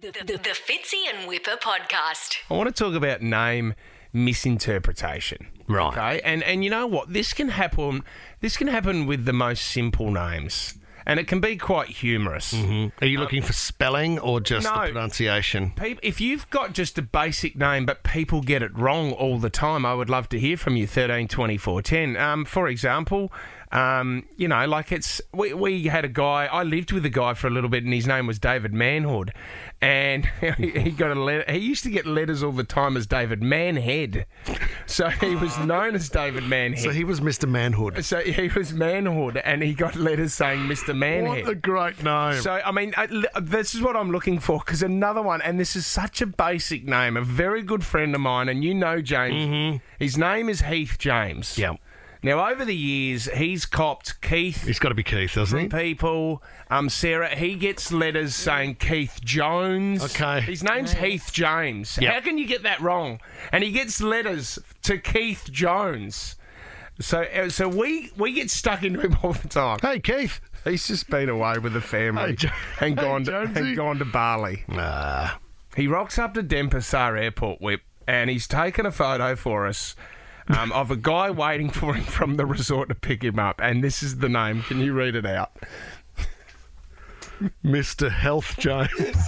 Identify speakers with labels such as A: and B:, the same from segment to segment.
A: The, the, the Fitzy and Whipper podcast.
B: I want to talk about name misinterpretation.
C: Right.
B: Okay. And and you know what? This can happen. This can happen with the most simple names, and it can be quite humorous.
C: Mm-hmm. Are you looking for spelling or just
B: No.
C: the pronunciation?
B: Peop if you've got just a basic name, but people get it wrong all the time, I would love to hear from you. Thirteen twenty four ten. Um, for example, um, you know, like it's we, we had a guy. I lived with a guy for a little bit, and his name was David Manhood, and he got a letter. He used to get letters all the time as David Manhead, so he was known as David Manhead.
C: So he was Mr. Manhood.
B: So he was Manhood, and he got letters saying Mr. Manhead.
C: What a great name.
B: So, I mean, I, li- this is what I'm looking for because another one, and this is such a basic name, a very good friend of mine, and you know James. His name is Heath James.
C: Mm-hmm. Yeah.
B: Now, over the years, he's copped Keith
C: it's got to be Keith, doesn't
B: from
C: it?
B: people. Um, Sarah, he gets letters saying Keith Jones.
C: Okay.
B: His name's Heath James.
C: Yep.
B: How can you get that wrong? And he gets letters to Keith Jones. So, uh, so we we get stuck into him all the time.
C: Hey, Keith.
B: He's just been away with the family
C: Hey, Jo-
B: and
C: hey,
B: gone to,
C: Jonesy.
B: and gone to Bali.
C: Ah,
B: He rocks up to Denpasar Airport, Whip, and he's taken a photo for us um, of a guy waiting for him from the resort to pick him up. And this is the name. Can you read it out?
C: Mr. Health Jones.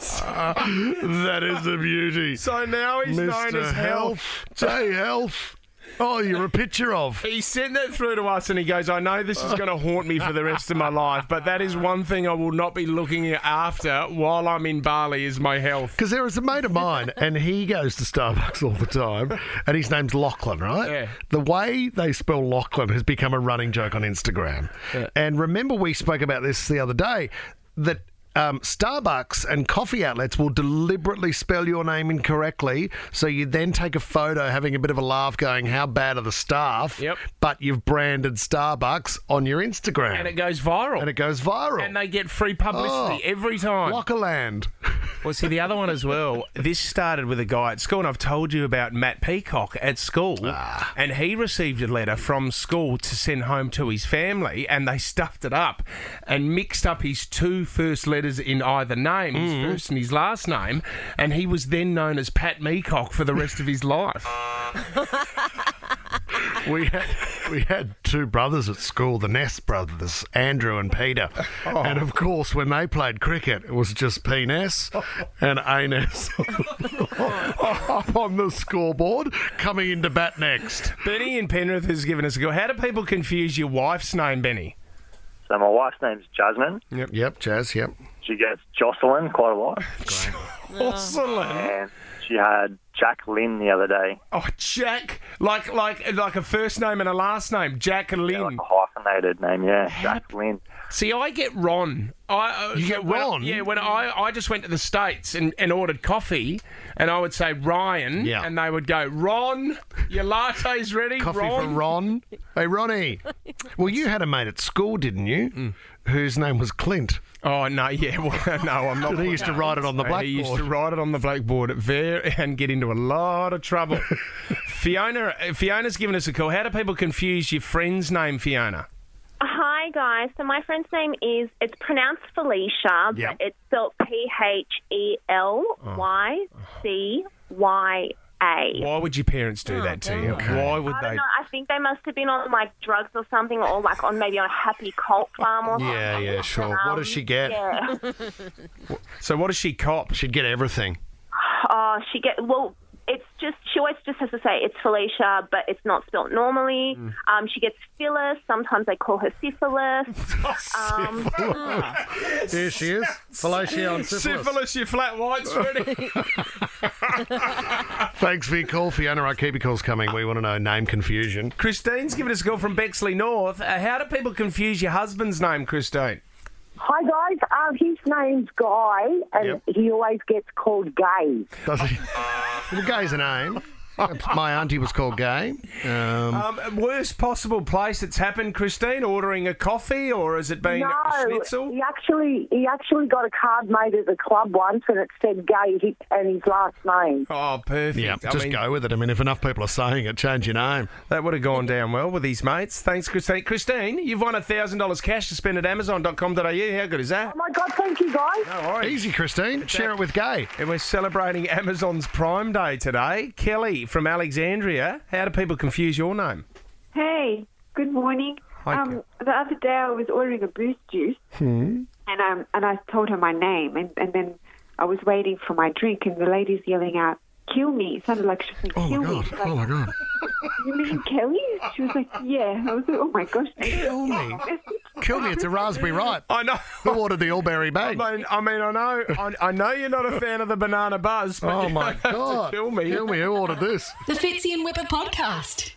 C: that is a beauty.
B: So now he's known
C: Mr.
B: as Health.
C: Health. Hey, Health. Oh, you're a picture of.
B: He sent that through to us, and he goes, "I know this is going to haunt me for the rest of my life, but that is one thing I will not be looking after while I'm in Bali is my health."
C: Because there is a mate of mine, and he goes to Starbucks all the time, and his name's Lachlan, right?
B: Yeah.
C: The way they spell Lachlan has become a running joke on Instagram. And remember, we spoke about this the other day that. Um, Starbucks and coffee outlets will deliberately spell your name incorrectly, so you then take a photo having a bit of a laugh, going, "How bad are the staff?"
B: Yep.
C: But you've branded Starbucks on your Instagram,
B: And it goes viral.
C: and it goes viral.
B: and they get free publicity
C: Oh.
B: every time.
C: Lockerland.
B: Well, see, the other one as well. This started with a guy at school, and I've told you about Matt Peacock at school. And he received a letter from school to send home to his family, and they stuffed it up and mixed up his two first letters in either name, his first and his last name. And he was then known as Pat Meacock for the rest of his life.
C: we had we had two brothers at school, the Ness brothers, Andrew and Peter. And of course, when they played cricket, it was just P Ness and A Ness up on the scoreboard, coming into bat next.
B: Benny in Penrith has given us a go. How do people confuse your wife's name, Benny?
D: So my wife's name's Jasmine.
C: Yep, Jazz. Yep.
D: She gets Jocelyn quite a lot.
B: Porcelain.
D: And she had Jack Lynn the other day,
B: Oh, Jack. Like, like, like a first name and a last name. Jack and Lynn.
D: like a hyphenated name, yeah, Jack Lynn.
B: See, I get Ron. I, uh,
C: You get
B: when I-
C: Ron?
B: yeah, when I, I just went to the States and, and ordered coffee, and I would say Ryan,
C: Yeah.
B: and they would go, Ron, your latte's ready,
C: Coffee
B: Ron.
C: for Ron. Hey, Ronnie. Well, you had a mate at school, didn't you? Whose name was Clint.
B: Oh, no, yeah, well, no, I'm not.
C: And Oh, he used to write it on the blackboard.
B: He used to write it on the blackboard there and get into a lot of trouble. Fiona, uh, Fiona's given us a call. How do people confuse your friend's name, Fiona?
E: Hi guys. So my friend's name is it's pronounced Felicia,
C: Yep.
E: but it's spelled P H E L Y C Y A.
B: Why would your parents do that to you? Why would
E: Oh, I
B: they?
E: don't know. I think they must have been on like drugs or something, or like on maybe on a happy cult farm or
C: Yeah,
E: something. Um,
C: yeah, sure. What does she get?
E: Yeah.
B: So, what does she cop?
C: She'd get everything.
E: Oh, she get well. It's just she always just has to say it's Felicia, but it's not spelt normally.
C: Mm.
E: Um, she gets Phyllis. Sometimes they call her syphilis. Um,
C: Here she is. Fellatio on
B: Syphilis, your flat white's ready.
C: Thanks for your call, Fiona. Our keep your calls coming. We want to know name confusion.
B: Christine's given us a call from Bexley North. Uh, how do people confuse your husband's name, Christine?
F: Hi guys, um, his name's Guy, and
C: Yep.
F: he always gets called Gay.
C: Does he? well, gay's a name. My auntie was called gay. Um,
B: Um, worst possible place it's happened, Christine? Ordering a coffee, or has it been a
F: No,
B: schnitzel?
F: he actually he actually got a card made at the club once, and it said gay hip and his last name.
B: Oh, perfect.
C: yeah,
B: I
C: just
B: mean,
C: go with it. I mean, if enough people are saying it, change your name.
B: That would have gone down well with his mates. Thanks, Christine. Christine, you've won $1,000 cash to spend at amazon.com.au. How good is that?
F: Oh my God, thank you guys.
B: No worries.
C: Easy, Christine. Share it with gay.
B: And we're celebrating Amazon's Prime Day today. Kelly from Alexandria, how do people confuse your name?
G: Hey, good morning.
B: Hi,
G: um, the other day I was ordering a boost juice,
C: Hmm?
G: and um, and I told her my name, and, and then I was waiting for my drink, and the lady's yelling out, "Kill me!" It sounded like she was
C: Oh
G: going, "Kill
C: my
G: me!"
C: god.
G: Like,
C: Oh my god.
G: you mean Kelly? She was like, "Yeah." I was like, "Oh my gosh!"
C: Kill me. Kill me. It's a raspberry right.
B: I know.
C: Who ordered the all berry
B: I
C: bag?
B: mean, I mean, I know, I, I know you're not a fan of the banana buzz, but
C: Oh
B: you
C: my
B: don't have to
C: god.
B: kill me.
C: Kill me. Who ordered this?
A: The Fitzy and Whipper podcast.